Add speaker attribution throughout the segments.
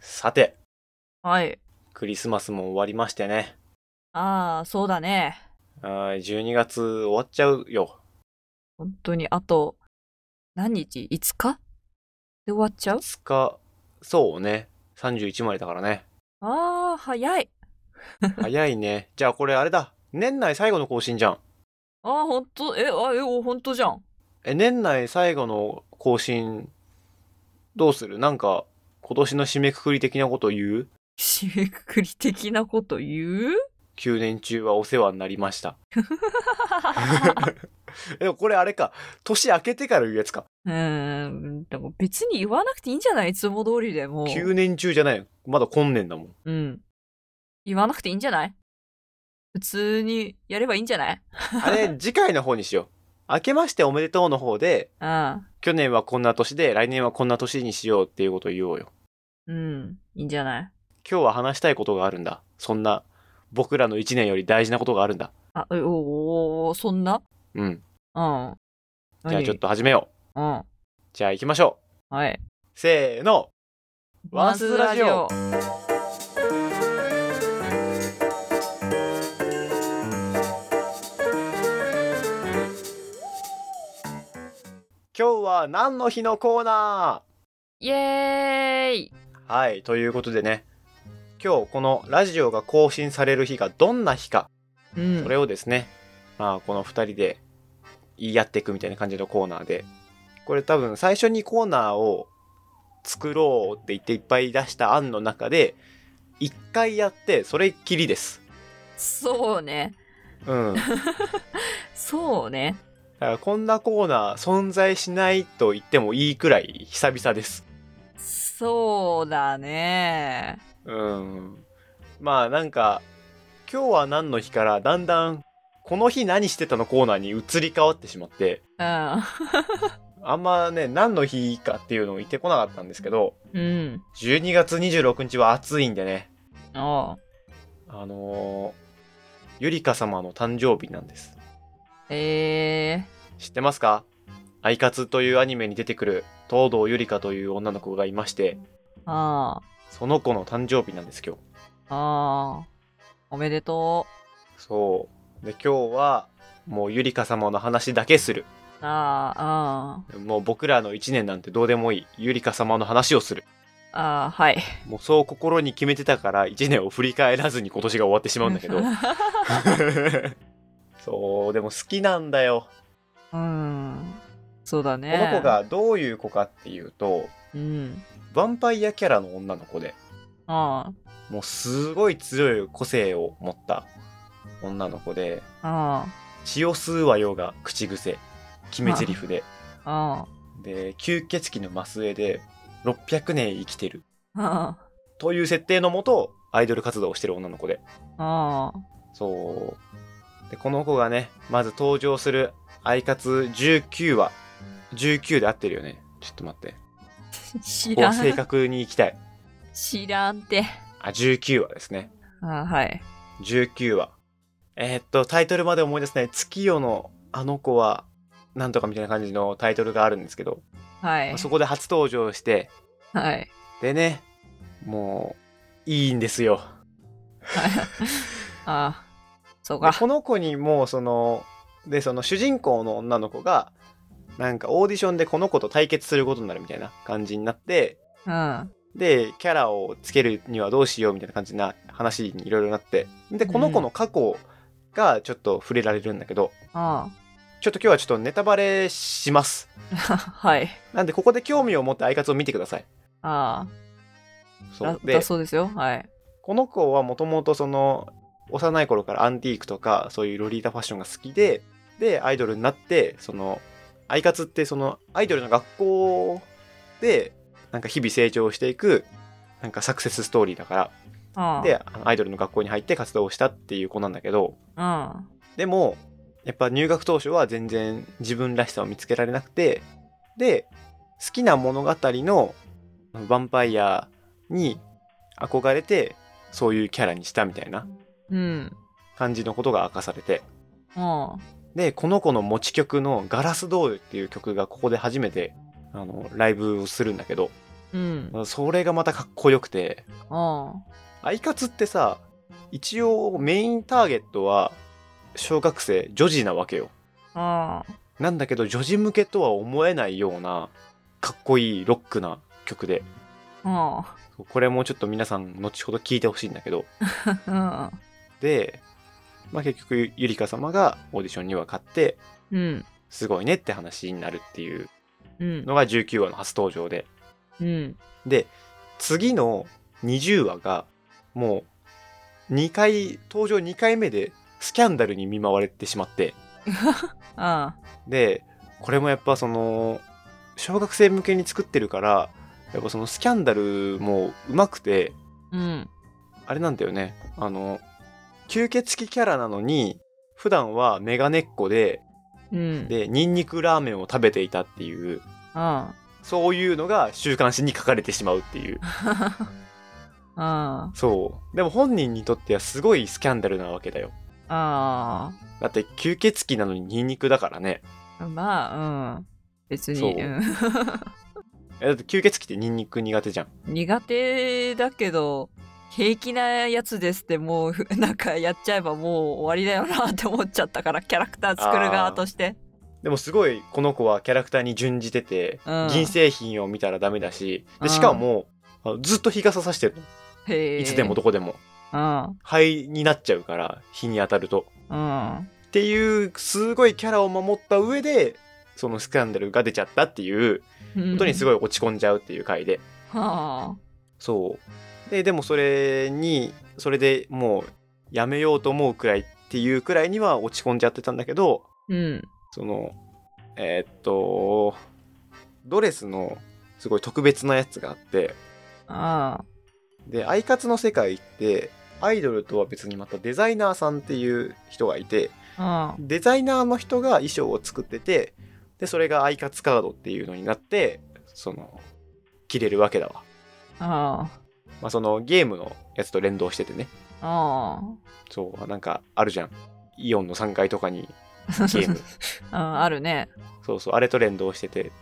Speaker 1: さて、
Speaker 2: はい。
Speaker 1: クリスマスも終わりましてね。
Speaker 2: ああ、そうだね。
Speaker 1: あー12月終わっちゃうよ。
Speaker 2: 本当に、あと、何日 ?5 日で終わっちゃう
Speaker 1: 2日、そうね。31までだからね。
Speaker 2: ああ、早い。
Speaker 1: 早いね。 じゃあこれあれだ。年内最後の更新じゃん。
Speaker 2: ああ、本当え、あ、え、お、本当じゃん。
Speaker 1: え、年内最後の更新、どうするなんか、今年の締めくくり的なこと言う
Speaker 2: 締めくくり的なこと言う
Speaker 1: ?9 年中はお世話になりました。 でもこれあれか。年明けてから言うやつか。
Speaker 2: うーん、でも別に言わなくていいんじゃないいつも通りでもう。
Speaker 1: 9年中じゃないよ。まだ今年だもん。
Speaker 2: うん。言わなくていいんじゃない普通にやればいいんじゃない
Speaker 1: あれ、次回の方にしよう。明けましておめでとうの方で、
Speaker 2: うん。
Speaker 1: 去年はこんな年で、来年はこんな年にしようっていうことを言おうよ。
Speaker 2: うん。いいんじゃない
Speaker 1: 今日は話したいことがあるんだ。そんな、僕らの一年より大事なことがあるんだ。
Speaker 2: あ、えおーおーそんな
Speaker 1: うん。
Speaker 2: うん。
Speaker 1: じゃあ
Speaker 2: 何
Speaker 1: ちょっ。と始めよう。
Speaker 2: うん。
Speaker 1: じゃあ行きましょ
Speaker 2: はい。
Speaker 1: う。せーの。ワンスーラジオ。今日は何の日のコーナ
Speaker 2: イエー
Speaker 1: ー
Speaker 2: イ
Speaker 1: はい、ということでね。今日このラジオが更新される日がどんな日か、
Speaker 2: うん
Speaker 1: それをですね、まあこの二人で言い合っていくみたいな感じのコーナーで、これ多分最初にコーナーを作ろうって言っていっぱい出した案の中で、一回やってそれっきりです。
Speaker 2: そうね。
Speaker 1: うん。だか
Speaker 2: そうね。
Speaker 1: らこんなコーナー存在しないと言ってもいいくらい久々です。
Speaker 2: そうだね。
Speaker 1: うん。まあなんか、今日は何の日からだんだん、この日何してたのコーナーに移り変わってしまって、
Speaker 2: うん。
Speaker 1: あんまね、何の日かっていうのを言ってこなかったんですけど、
Speaker 2: うん。
Speaker 1: 12月26日は暑いんでね、
Speaker 2: おう
Speaker 1: あのー、ゆりか様の誕生日なんです。
Speaker 2: え
Speaker 1: 知ってますかアイカツというアニメに出てくる東堂ゆりかという女の子がいまして、
Speaker 2: ー。あ
Speaker 1: その子の誕生日なんです今日。
Speaker 2: あ。ああ。おめでと
Speaker 1: そう。で、今日は、もうゆりか様の話だけする。
Speaker 2: う。ああ、
Speaker 1: もう僕らの一年なんてどうでもいい。ゆりか様の話をする。
Speaker 2: ああ。ああ、はい。
Speaker 1: もうそう心に決めてたから一年を振り返らずに今年が終わってしまうんだけど。 そう、でも好きなんだよ。
Speaker 2: うん。そうだ
Speaker 1: こ
Speaker 2: ね。
Speaker 1: の子。がどういう子かっていうと、
Speaker 2: うん。
Speaker 1: ヴァンパイアキャラの女の子で、
Speaker 2: あ
Speaker 1: もうすごい強い個性を持った女の子で、
Speaker 2: あ。あ
Speaker 1: 血を吸うわよが口癖、決め台詞で、
Speaker 2: あ。あ
Speaker 1: で、吸血鬼の末裔で、600年生きてる。
Speaker 2: あ。あ
Speaker 1: という設定のもと、アイドル活動をしてる女の子で。
Speaker 2: あ。
Speaker 1: そう。で、この子がね、まず登場する、アイカツ19話。19で合ってるよね。ちょっと待って。
Speaker 2: 知
Speaker 1: ここ
Speaker 2: ら
Speaker 1: は正
Speaker 2: ん。
Speaker 1: 確に行きたい。
Speaker 2: 知らんて。
Speaker 1: あ、19話ですね。
Speaker 2: ああ、はい。
Speaker 1: 19話。えーっと、タイトルまで思い出すね。月夜のあの子は、なんとかみたいな感じのタイトルがあるんですけど、
Speaker 2: はい。
Speaker 1: そこで初登場して、
Speaker 2: はい。
Speaker 1: でね、もう、いいんですよ。
Speaker 2: ああ。そう
Speaker 1: で
Speaker 2: か。
Speaker 1: この子にもう、その、で、その主人公の女の子が、なんかオーディションでこの子と対決することになるみたいな感じになって、
Speaker 2: うん。
Speaker 1: で、キャラをつけるにはどうしようみたいな感じな話にいろいろなって、で、この子の過去がちょっと触れられるんだけど、
Speaker 2: あ
Speaker 1: ちょっと今日はちょっとネタバレします。
Speaker 2: あ。 はい。
Speaker 1: なんでここで興味を持って相方を見てください。
Speaker 2: ああ。
Speaker 1: そ
Speaker 2: だ
Speaker 1: うで
Speaker 2: だ、そうですよ。はい。
Speaker 1: この子はもともとその幼い頃からアンティークとかそういうロリータファッションが好きで、で、アイドルになって、その、相方ってそのアイドルの学校でなんか日々成長していくなんかサクセスストーリーだか
Speaker 2: あ
Speaker 1: ら、
Speaker 2: あ。
Speaker 1: で、あのアイドルの学校に入って活動をしたっていう子なんだけど、
Speaker 2: うん。
Speaker 1: でも、やっぱ入学当初は全然自分らしさを見つけられなくて、で、好きな物語のヴァンパイアに憧れて、そういうキャラにしたみたいな
Speaker 2: うん。
Speaker 1: 感じのことが明かされて、
Speaker 2: うん。
Speaker 1: で、この子の持ち曲のガラスドールっていう曲がここで初めて、あの、ライブをするんだけど、
Speaker 2: うん。
Speaker 1: それがまたかっこよくて
Speaker 2: あ
Speaker 1: アイカツってさ一応メインターゲットは小学生女児なわけよ
Speaker 2: あ。ああ。
Speaker 1: なんだけど女児向けとは思えないようなかっこいいロックな曲で
Speaker 2: あ
Speaker 1: これもちょっと皆さん後ほど聞いてほしいんだけど
Speaker 2: あ。
Speaker 1: で、まあ、結局ゆりか様がオーディションには勝って
Speaker 2: うん。うん。
Speaker 1: すごいねって話になるっていう
Speaker 2: うん。
Speaker 1: のが19話の初登場で
Speaker 2: うん。
Speaker 1: で次の20話がもう2回登場2回目でスキャンダルに見舞われてしまって
Speaker 2: あ
Speaker 1: でこれもやっぱその小学生向けに作ってるからやっぱそのスキャンダルもうまくて
Speaker 2: あ。うん。
Speaker 1: あれなんだよねあの吸血鬼キャラなのに普段はメガネっ子で
Speaker 2: うん。
Speaker 1: でニンニクラーメンを食べていたっていう
Speaker 2: あ
Speaker 1: そういうのが週刊誌に書かれてしまうっていう
Speaker 2: あ。あ
Speaker 1: そうでも本人にとってはすごいスキャンダルなわけだよ
Speaker 2: あ。あ
Speaker 1: だって吸血鬼なのにニンニクだからね
Speaker 2: あ。まあ、うん。別
Speaker 1: そう
Speaker 2: に、うん。
Speaker 1: えだって吸血鬼ってニンニク苦手じゃん
Speaker 2: 苦手だけど、平気なやつですってもう、ふ なんかやっちゃえばもう終わりだよなって思っちゃったから、キャラクター作る側として。
Speaker 1: でもすごいこの子はキャラクターに準じてて、
Speaker 2: うん
Speaker 1: 銀製品を見たらダメだしでしかも、あのずっと日傘さしてる
Speaker 2: へえ。
Speaker 1: いつでもどこでも
Speaker 2: うん。うん。
Speaker 1: 灰になっちゃうから日に当たると
Speaker 2: あ
Speaker 1: っていうすごいキャラを守った上でそのスキャンダルが出ちゃったっていうことにす
Speaker 2: ごい。
Speaker 1: ごい落ち込んじゃうっていう回で、
Speaker 2: は
Speaker 1: そうででもそれにそれでもうやめようと思うくらいっていうくらいには落ち込んじゃってたんだけど
Speaker 2: あ。うん。
Speaker 1: そのえーっとドレスのすごい特別なやつがあって
Speaker 2: ああ。
Speaker 1: でアイカツの世界ってアイドルとは別にまたデザイナーさんっていう人がいて
Speaker 2: あ
Speaker 1: デザイナーの人が衣装を作っててでそれがアイカツカードっていうのになってその着れるわけだわ、
Speaker 2: あ。あ
Speaker 1: まあ、そのゲームのやつと連動しててね
Speaker 2: あ。ああ。
Speaker 1: そうなんかあるじゃんイオンの3階とかに
Speaker 2: ゲ
Speaker 1: ゲーム
Speaker 2: ああるね。
Speaker 1: そうそうあれと連動してて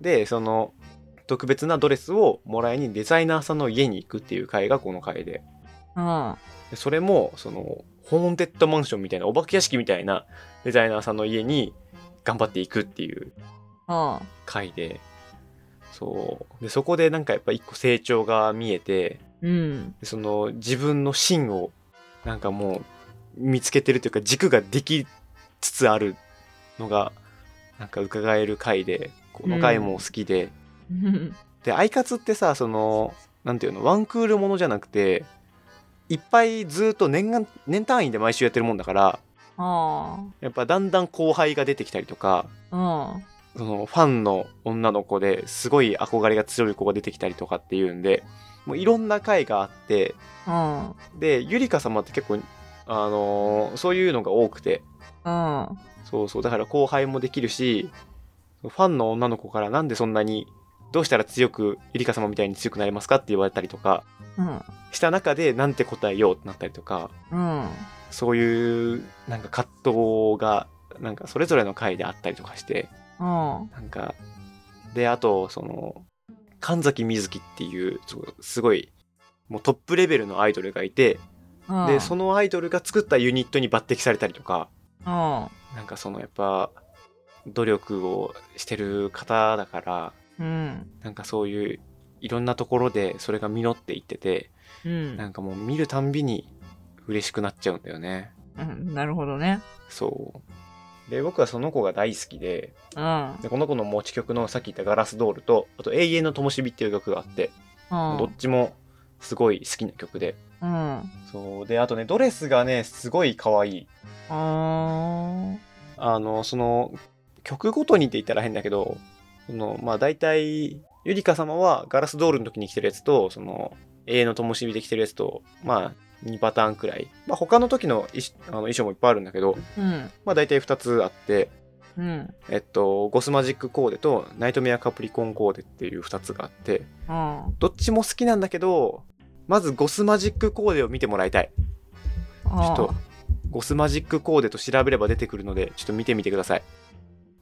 Speaker 1: でその特別なドレスをもらいにデザイナーさんの家に行くっていう回がこの回で
Speaker 2: うん。
Speaker 1: でそれもそのホーンテッドマンションみたいなお化け屋敷みたいなデザイナーさんの家に頑張っていくっていう
Speaker 2: あ
Speaker 1: 回でそうでそこでなんかやっぱ一個成長が見えて
Speaker 2: うん。
Speaker 1: でその自分の芯をなんかもう見つけてるというか軸ができつつあるのがなんか伺える回でこの回も好きで、
Speaker 2: うん
Speaker 1: でアイカツってさそのなんていうのワンクールものじゃなくていっぱいずっと年間年単位で毎週やってるもんだから
Speaker 2: あ
Speaker 1: やっぱだんだん後輩が出てきたりとか
Speaker 2: あ。
Speaker 1: そのファンの女の子ですごい憧れが強い子が出てきたりとかっていうんでもういろんな回があって
Speaker 2: うん。
Speaker 1: でゆりか様って結構あのーそういうのが多くて
Speaker 2: うん。
Speaker 1: そうそうだから後輩もできるしファンの女の子からなんでそんなにどうしたら強くゆりか様みたいに強くなれますかって言われたりとか
Speaker 2: うん。
Speaker 1: した中でなんて答えようってなったりとか
Speaker 2: うん。
Speaker 1: そういうなんか葛藤がなんかそれぞれの回であったりとかして
Speaker 2: うん。
Speaker 1: なんかであとその神崎瑞希っていうそうすごいもうトップレベルのアイドルがいて
Speaker 2: うん。
Speaker 1: でそのアイドルが作ったユニットに抜擢されたりとか
Speaker 2: うん。
Speaker 1: なんかそのやっぱ努力をしてる方だから
Speaker 2: うん。
Speaker 1: なんかそういういろんなところでそれが実っていってて
Speaker 2: うん
Speaker 1: なんかもう見るたんびに嬉しくなっちゃうんだよね
Speaker 2: うん。なるほどね。
Speaker 1: そうで僕はその子が大好きで
Speaker 2: うん。うん。
Speaker 1: でこの子の持ち曲のさっき言った「ガラスドールと」あと「永遠の灯火」っていう曲があってどっちもすごい好きな曲で
Speaker 2: うん。
Speaker 1: そうであとねドレスがねすごい可愛い
Speaker 2: あ
Speaker 1: あの、その、曲ごとにって言ったら変だけど、その、まあ大体、ゆりか様はガラスドールの時に着てるやつと、その、永遠の灯火で着てるやつと、まあ、2パターンくらい。まあ他の時の衣あの衣装もいっぱいあるんだけど、
Speaker 2: ーうん。
Speaker 1: まあ大体2つあって、
Speaker 2: うん。
Speaker 1: えっと、ゴスマジックコーデとナイトメアカプリコンコーデっていう2つがあって、
Speaker 2: うん。
Speaker 1: どっちも好きなんだけど、まずゴスマジックコーデを見てもらいたい。ちょっと、ゴスマジックコーデと調べれば出てくるので、ちょっと見てみてください。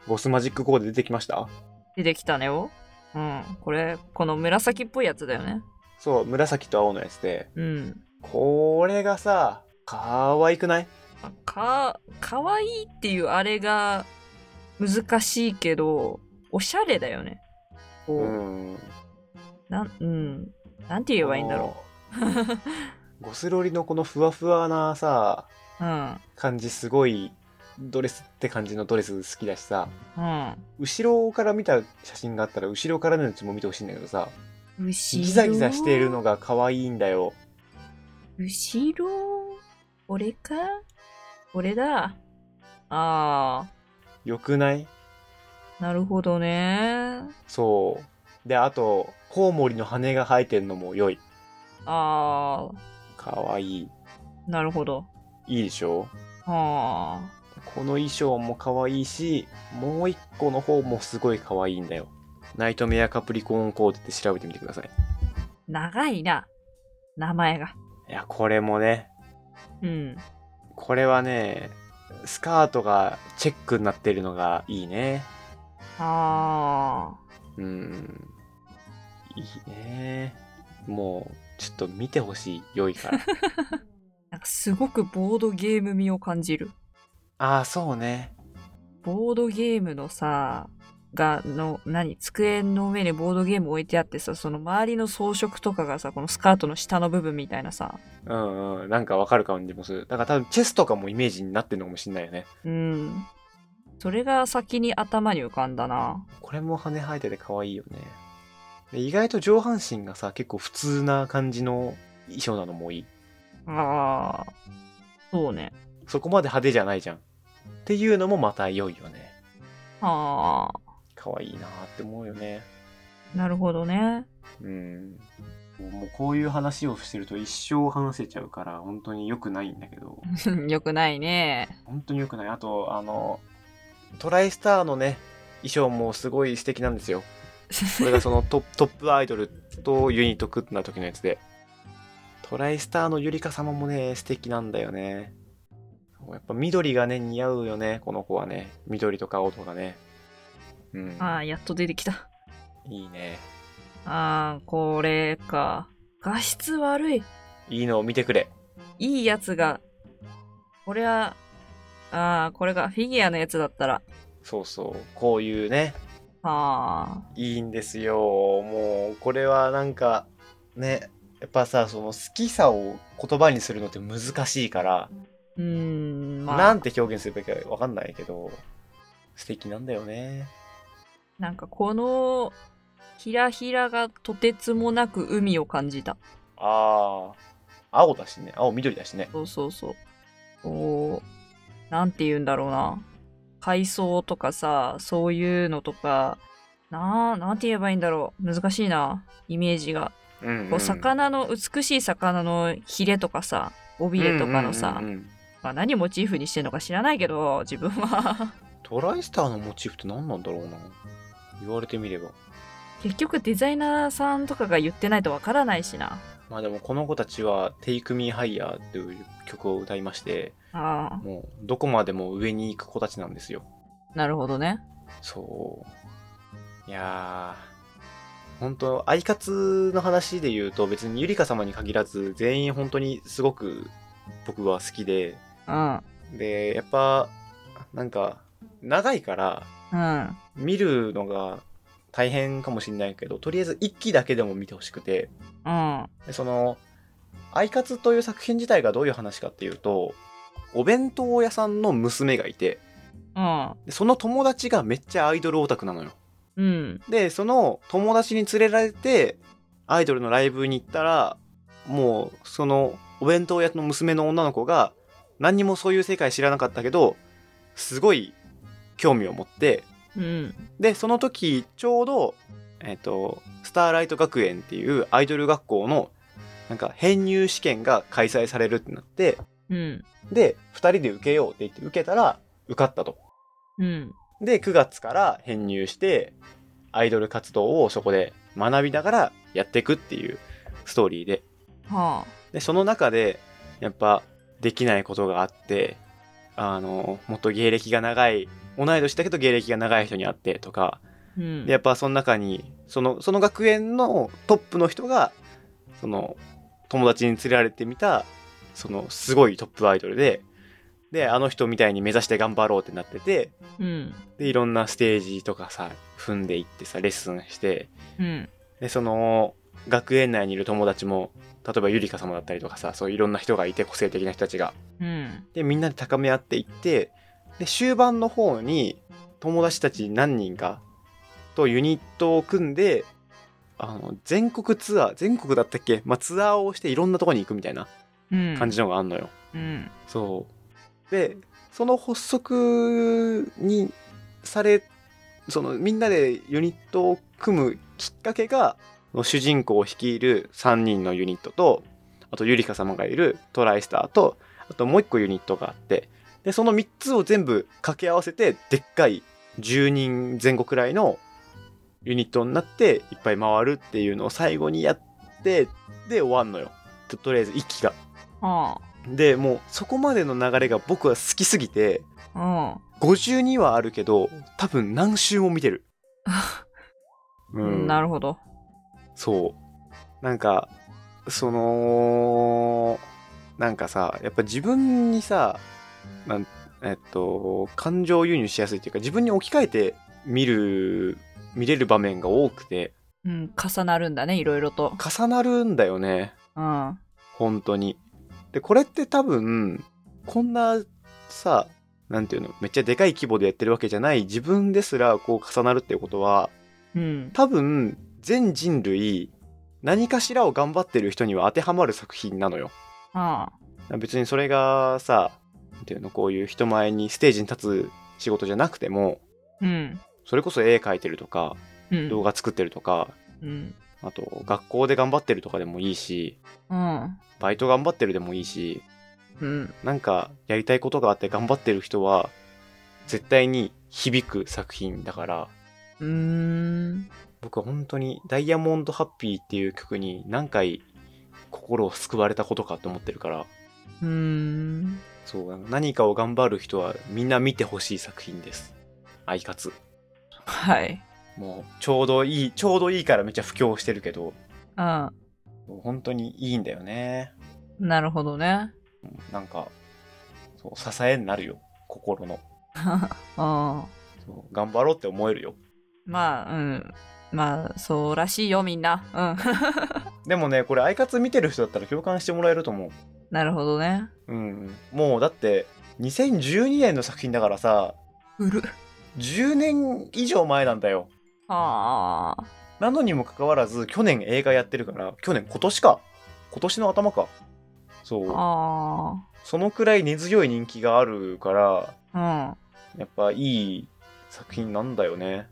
Speaker 1: ゴスマジックコーデ出てきました
Speaker 2: 出てきたねよ。うん。これ、この紫っぽいやつだよね。
Speaker 1: そう紫と青のやつで
Speaker 2: うん。
Speaker 1: これがさ可愛くない
Speaker 2: あか、かわいいっていうあれが難しいけど、おしゃれだよね。こう、
Speaker 1: うん
Speaker 2: なん、うん。なんて言えばいいんだろ
Speaker 1: うゴスロリのこのふわふわなさ
Speaker 2: う。うん。
Speaker 1: 感じすごいドレスって感じのドレス好きだしさ
Speaker 2: うん。
Speaker 1: 後ろから見た写真があったら後ろからのやつも見てほしいんだけどさ
Speaker 2: 後ろ
Speaker 1: ギザギザしているのが可愛いんだよ
Speaker 2: 後ろ俺か俺だあ
Speaker 1: よくない
Speaker 2: ーなるほどね
Speaker 1: そうであとコウモリの羽が生えてるのも良い
Speaker 2: あ
Speaker 1: 可愛い
Speaker 2: ーなるほど
Speaker 1: いいでしょ
Speaker 2: あ
Speaker 1: この衣装も可愛いしもう一個の方もすごい可愛いんだよナイトメアカプリコーンコーデって調べてみてください
Speaker 2: ー長いな名前が
Speaker 1: いやこれもね
Speaker 2: うん
Speaker 1: これはねスカートがチェックになってるのがいいね
Speaker 2: あ
Speaker 1: うんいいねもうちょっと見てほしい良いから
Speaker 2: ーなんかすごくボードゲーム味を感じる
Speaker 1: ああそうね
Speaker 2: ボードゲームのさがの何机の上にボードゲーム置いてあってさその周りの装飾とかがさこのスカートの下の部分みたいなさ
Speaker 1: うんうんなんかわかる感じもするだから多分チェスとかもイメージになってるのかもしんないよね
Speaker 2: うん。それが先に頭に浮かんだな。
Speaker 1: これも羽生えてて可愛いよねで意外と上半身がさ結構普通な感じの衣装なのもいい
Speaker 2: ああ。そうね。
Speaker 1: そこまで派手じゃないじゃんっていうのもまた良いよね
Speaker 2: ああ。
Speaker 1: 可愛いなーって思うよね
Speaker 2: なるほどね。
Speaker 1: うんもうこういう話をしてると一生話せちゃうから本当に良くないんだけど
Speaker 2: よくないね。
Speaker 1: 本当に良くないあとあのトライスターのね衣装もすごい素敵なんですよこれがそ のトトップアイドルとユニット組んだ時のやつでトライスターのゆりか様もね素敵なんだよねやっぱ緑がね似合うよねこの子はね緑とか青とかねうん
Speaker 2: ああ、やっと出てきた。
Speaker 1: いいね
Speaker 2: ああ、これか。画質悪い。
Speaker 1: いいのを見てくれ
Speaker 2: いいやつが。これは、ああ、これがフィギュアのやつだったら。
Speaker 1: そうそうこういうね
Speaker 2: あ
Speaker 1: いいんですよもうこれはなんかねやっぱさその好きさを言葉にするのって難しいから、
Speaker 2: あ。うーん、まあ。
Speaker 1: なんて表現するべきかわかんないけど素敵なんだよね
Speaker 2: なんかこの、ひらひらがとてつもなく海を感じた。
Speaker 1: ああ青だしね青緑だしね
Speaker 2: そうそうそう。こう、なんて言うんだろうな。海藻とかさ、そういうのとか、なあ、なんて言えばいいんだろう。難しいな、イメージが。
Speaker 1: うんうん
Speaker 2: こう、魚の、美しい魚のヒレとかさ、尾びれとかのさ
Speaker 1: うん、うんうんうん
Speaker 2: まあ、何モチーフにしてんのか知らないけど、自分は。
Speaker 1: トライスターのモチーフって何なんだろうな言われてみれば
Speaker 2: 結局デザイナーさんとかが言ってないとわからないしな。
Speaker 1: まあでもこの子たちは「Take Me Higher」っていう曲を歌いまして
Speaker 2: ああ、
Speaker 1: もうどこまでも上に行く子たちなんですよ
Speaker 2: なるほどね。
Speaker 1: そう。いやー、本当アイカツの話で言うと、別にゆりか様に限らず、全員本当にすごく僕は好きで、
Speaker 2: うん。うん。
Speaker 1: で、やっぱ、なんか、長いから、
Speaker 2: あ
Speaker 1: 見るのが大変かもしれないけど、とりあえず一期だけでも見てほしくて、
Speaker 2: あ、
Speaker 1: でその、アイカツという作品自体がどういう話かっていうと、お弁当屋さんの娘がいて、
Speaker 2: うん。
Speaker 1: でその友達がめっちゃアイドルオタクなのよ。
Speaker 2: うん。
Speaker 1: でその友達に連れられてアイドルのライブに行ったらもうそのお弁当屋の娘の女の子が何にもそういう世界知らなかったけどすごい興味を持って
Speaker 2: うん。
Speaker 1: でその時ちょうど、えっとスターライト学園っていうアイドル学校のなんか編入試験が開催されるってなって
Speaker 2: うん。
Speaker 1: で2人で受けようって言って受けたら受かったと。
Speaker 2: うん。
Speaker 1: で、9月から編入して、アイドル活動をそこで学びながらやっていくっていうストーリーで。
Speaker 2: は
Speaker 1: で、その中で、やっぱ、できないことがあって、あの、もっと芸歴が長い、同い年だけど芸歴が長い人に会ってとか、
Speaker 2: あ。うん
Speaker 1: でやっぱその中にそのその学園のトップの人がその友達に連れられてみたそのすごいトップアイドルでであの人みたいに目指して頑張ろうってなってて
Speaker 2: うん
Speaker 1: でいろんなステージとかさ踏んでいってさレッスンして
Speaker 2: うん
Speaker 1: でその学園内にいる友達も例えばゆりか様だったりとかさそういろんな人がいて個性的な人たちが
Speaker 2: うん
Speaker 1: でみんなで高め合っていってで終盤の方に友達たち何人かとユニットを組んであの全国ツアー全国だったっけ、まあ、ツアーをしていろんなとこに行くみたいな
Speaker 2: うん
Speaker 1: 感じのがあんのよ。
Speaker 2: うん
Speaker 1: そうでその発足にされそのみんなでユニットを組むきっかけが主人公を率いる3人のユニットとあとゆりか様がいるトライスターとあともう1個ユニットがあってでその3つを全部掛け合わせてでっかい10人前後くらいのユニットになっていっぱい回るっていうのを最後にやってで終わんのよととりあえず息が。
Speaker 2: あ
Speaker 1: でもうそこまでの流れが僕は好きすぎて
Speaker 2: あ
Speaker 1: 52はあるけど多分何周も見てる、う
Speaker 2: うん
Speaker 1: ん、
Speaker 2: なるほど
Speaker 1: そうなんかそのなんかさやっぱ自分にさなんえっと感情輸入しやすいっていうか自分に置き換えて見る見れる場面が多くて
Speaker 2: うん重なるんだねいろいろと
Speaker 1: 重なるんだよね
Speaker 2: うん
Speaker 1: 本当に。で、これって多分、こんなさ、なんていうの、めっちゃでかい規模でやってるわけじゃない自分ですらこう重なるっていうことは、
Speaker 2: うん
Speaker 1: 多分、全人類、何かしらを頑張ってる人には当てはまる作品なのよ。
Speaker 2: ああ
Speaker 1: 別にそれがさ、なんていうの、こういう人前にステージに立つ仕事じゃなくても、
Speaker 2: うん
Speaker 1: それこそ絵描いてるとか、
Speaker 2: うん
Speaker 1: 動画作ってるとか、
Speaker 2: うん
Speaker 1: あと学校で頑張ってるとかでもいいし、
Speaker 2: うん
Speaker 1: バイト頑張ってるでもいいし、
Speaker 2: うん
Speaker 1: なんかやりたいことがあって頑張ってる人は絶対に響く作品だから
Speaker 2: うーん
Speaker 1: 僕は本当に「ダイヤモンドハッピー」っていう曲に何回心を救われたことかと思ってるから
Speaker 2: うーん
Speaker 1: そう何かを頑張る人はみんな見てほしい作品ですアイカツ
Speaker 2: はい
Speaker 1: もうちょうどいいちょうどいいからめっちゃ布教してるけど
Speaker 2: うん
Speaker 1: 本当にいいんだよね
Speaker 2: なるほどね
Speaker 1: なんかそう支えになるよ心の
Speaker 2: うん
Speaker 1: そう頑張ろうって思えるよ
Speaker 2: まあうんまあそうらしいよみんなうん
Speaker 1: でもねこれアイカツ見てる人だったら共感してもらえると思う
Speaker 2: なるほどね
Speaker 1: うん、もうだって2012年の作品だからさ
Speaker 2: うる
Speaker 1: 10年以上前なんだよ
Speaker 2: ああ
Speaker 1: なのにもかかわらず去年映画やってるから去年今年か今年の頭かそう
Speaker 2: あ
Speaker 1: そのくらい根強い人気があるから
Speaker 2: あ
Speaker 1: やっぱいい作品なんだよね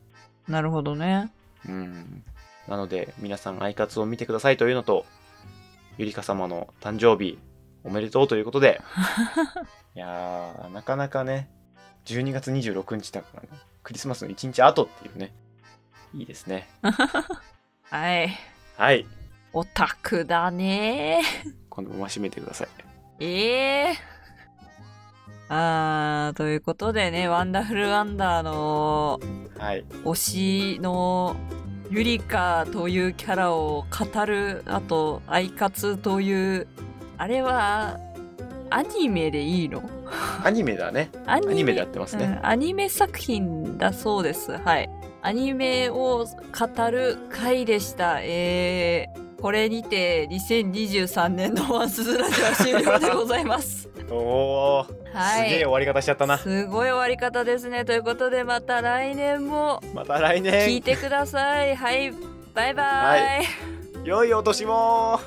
Speaker 2: うんなるほどね
Speaker 1: うんなので皆さんアイカツを見てくださいというのとゆりか様の誕生日おめでとうということ でいやーなかなかね12月26日だからねクリスマスの1日後っていうねいいですね
Speaker 2: はい
Speaker 1: はい
Speaker 2: オタクだね
Speaker 1: このまま締めてください
Speaker 2: ええあーということでね、ワンダフルワンダーの
Speaker 1: はい
Speaker 2: 推しのユリカというキャラを語る、あと、アイカツという、あれは、アニメでいいの
Speaker 1: アニメだね
Speaker 2: アニ
Speaker 1: アニメでやってますね、
Speaker 2: うんアニメ作品だそうです。はい。アニメを語る回でした。えー、これにて2023年のワンスズラジオは終了でございます。
Speaker 1: おお、
Speaker 2: は
Speaker 1: す
Speaker 2: い。
Speaker 1: げえ終わり方しちゃったな
Speaker 2: すごい終わり方ですね。ということでまた来年も
Speaker 1: また来
Speaker 2: 聞
Speaker 1: 年
Speaker 2: いてください。はい。バイバイ。
Speaker 1: 良いお年も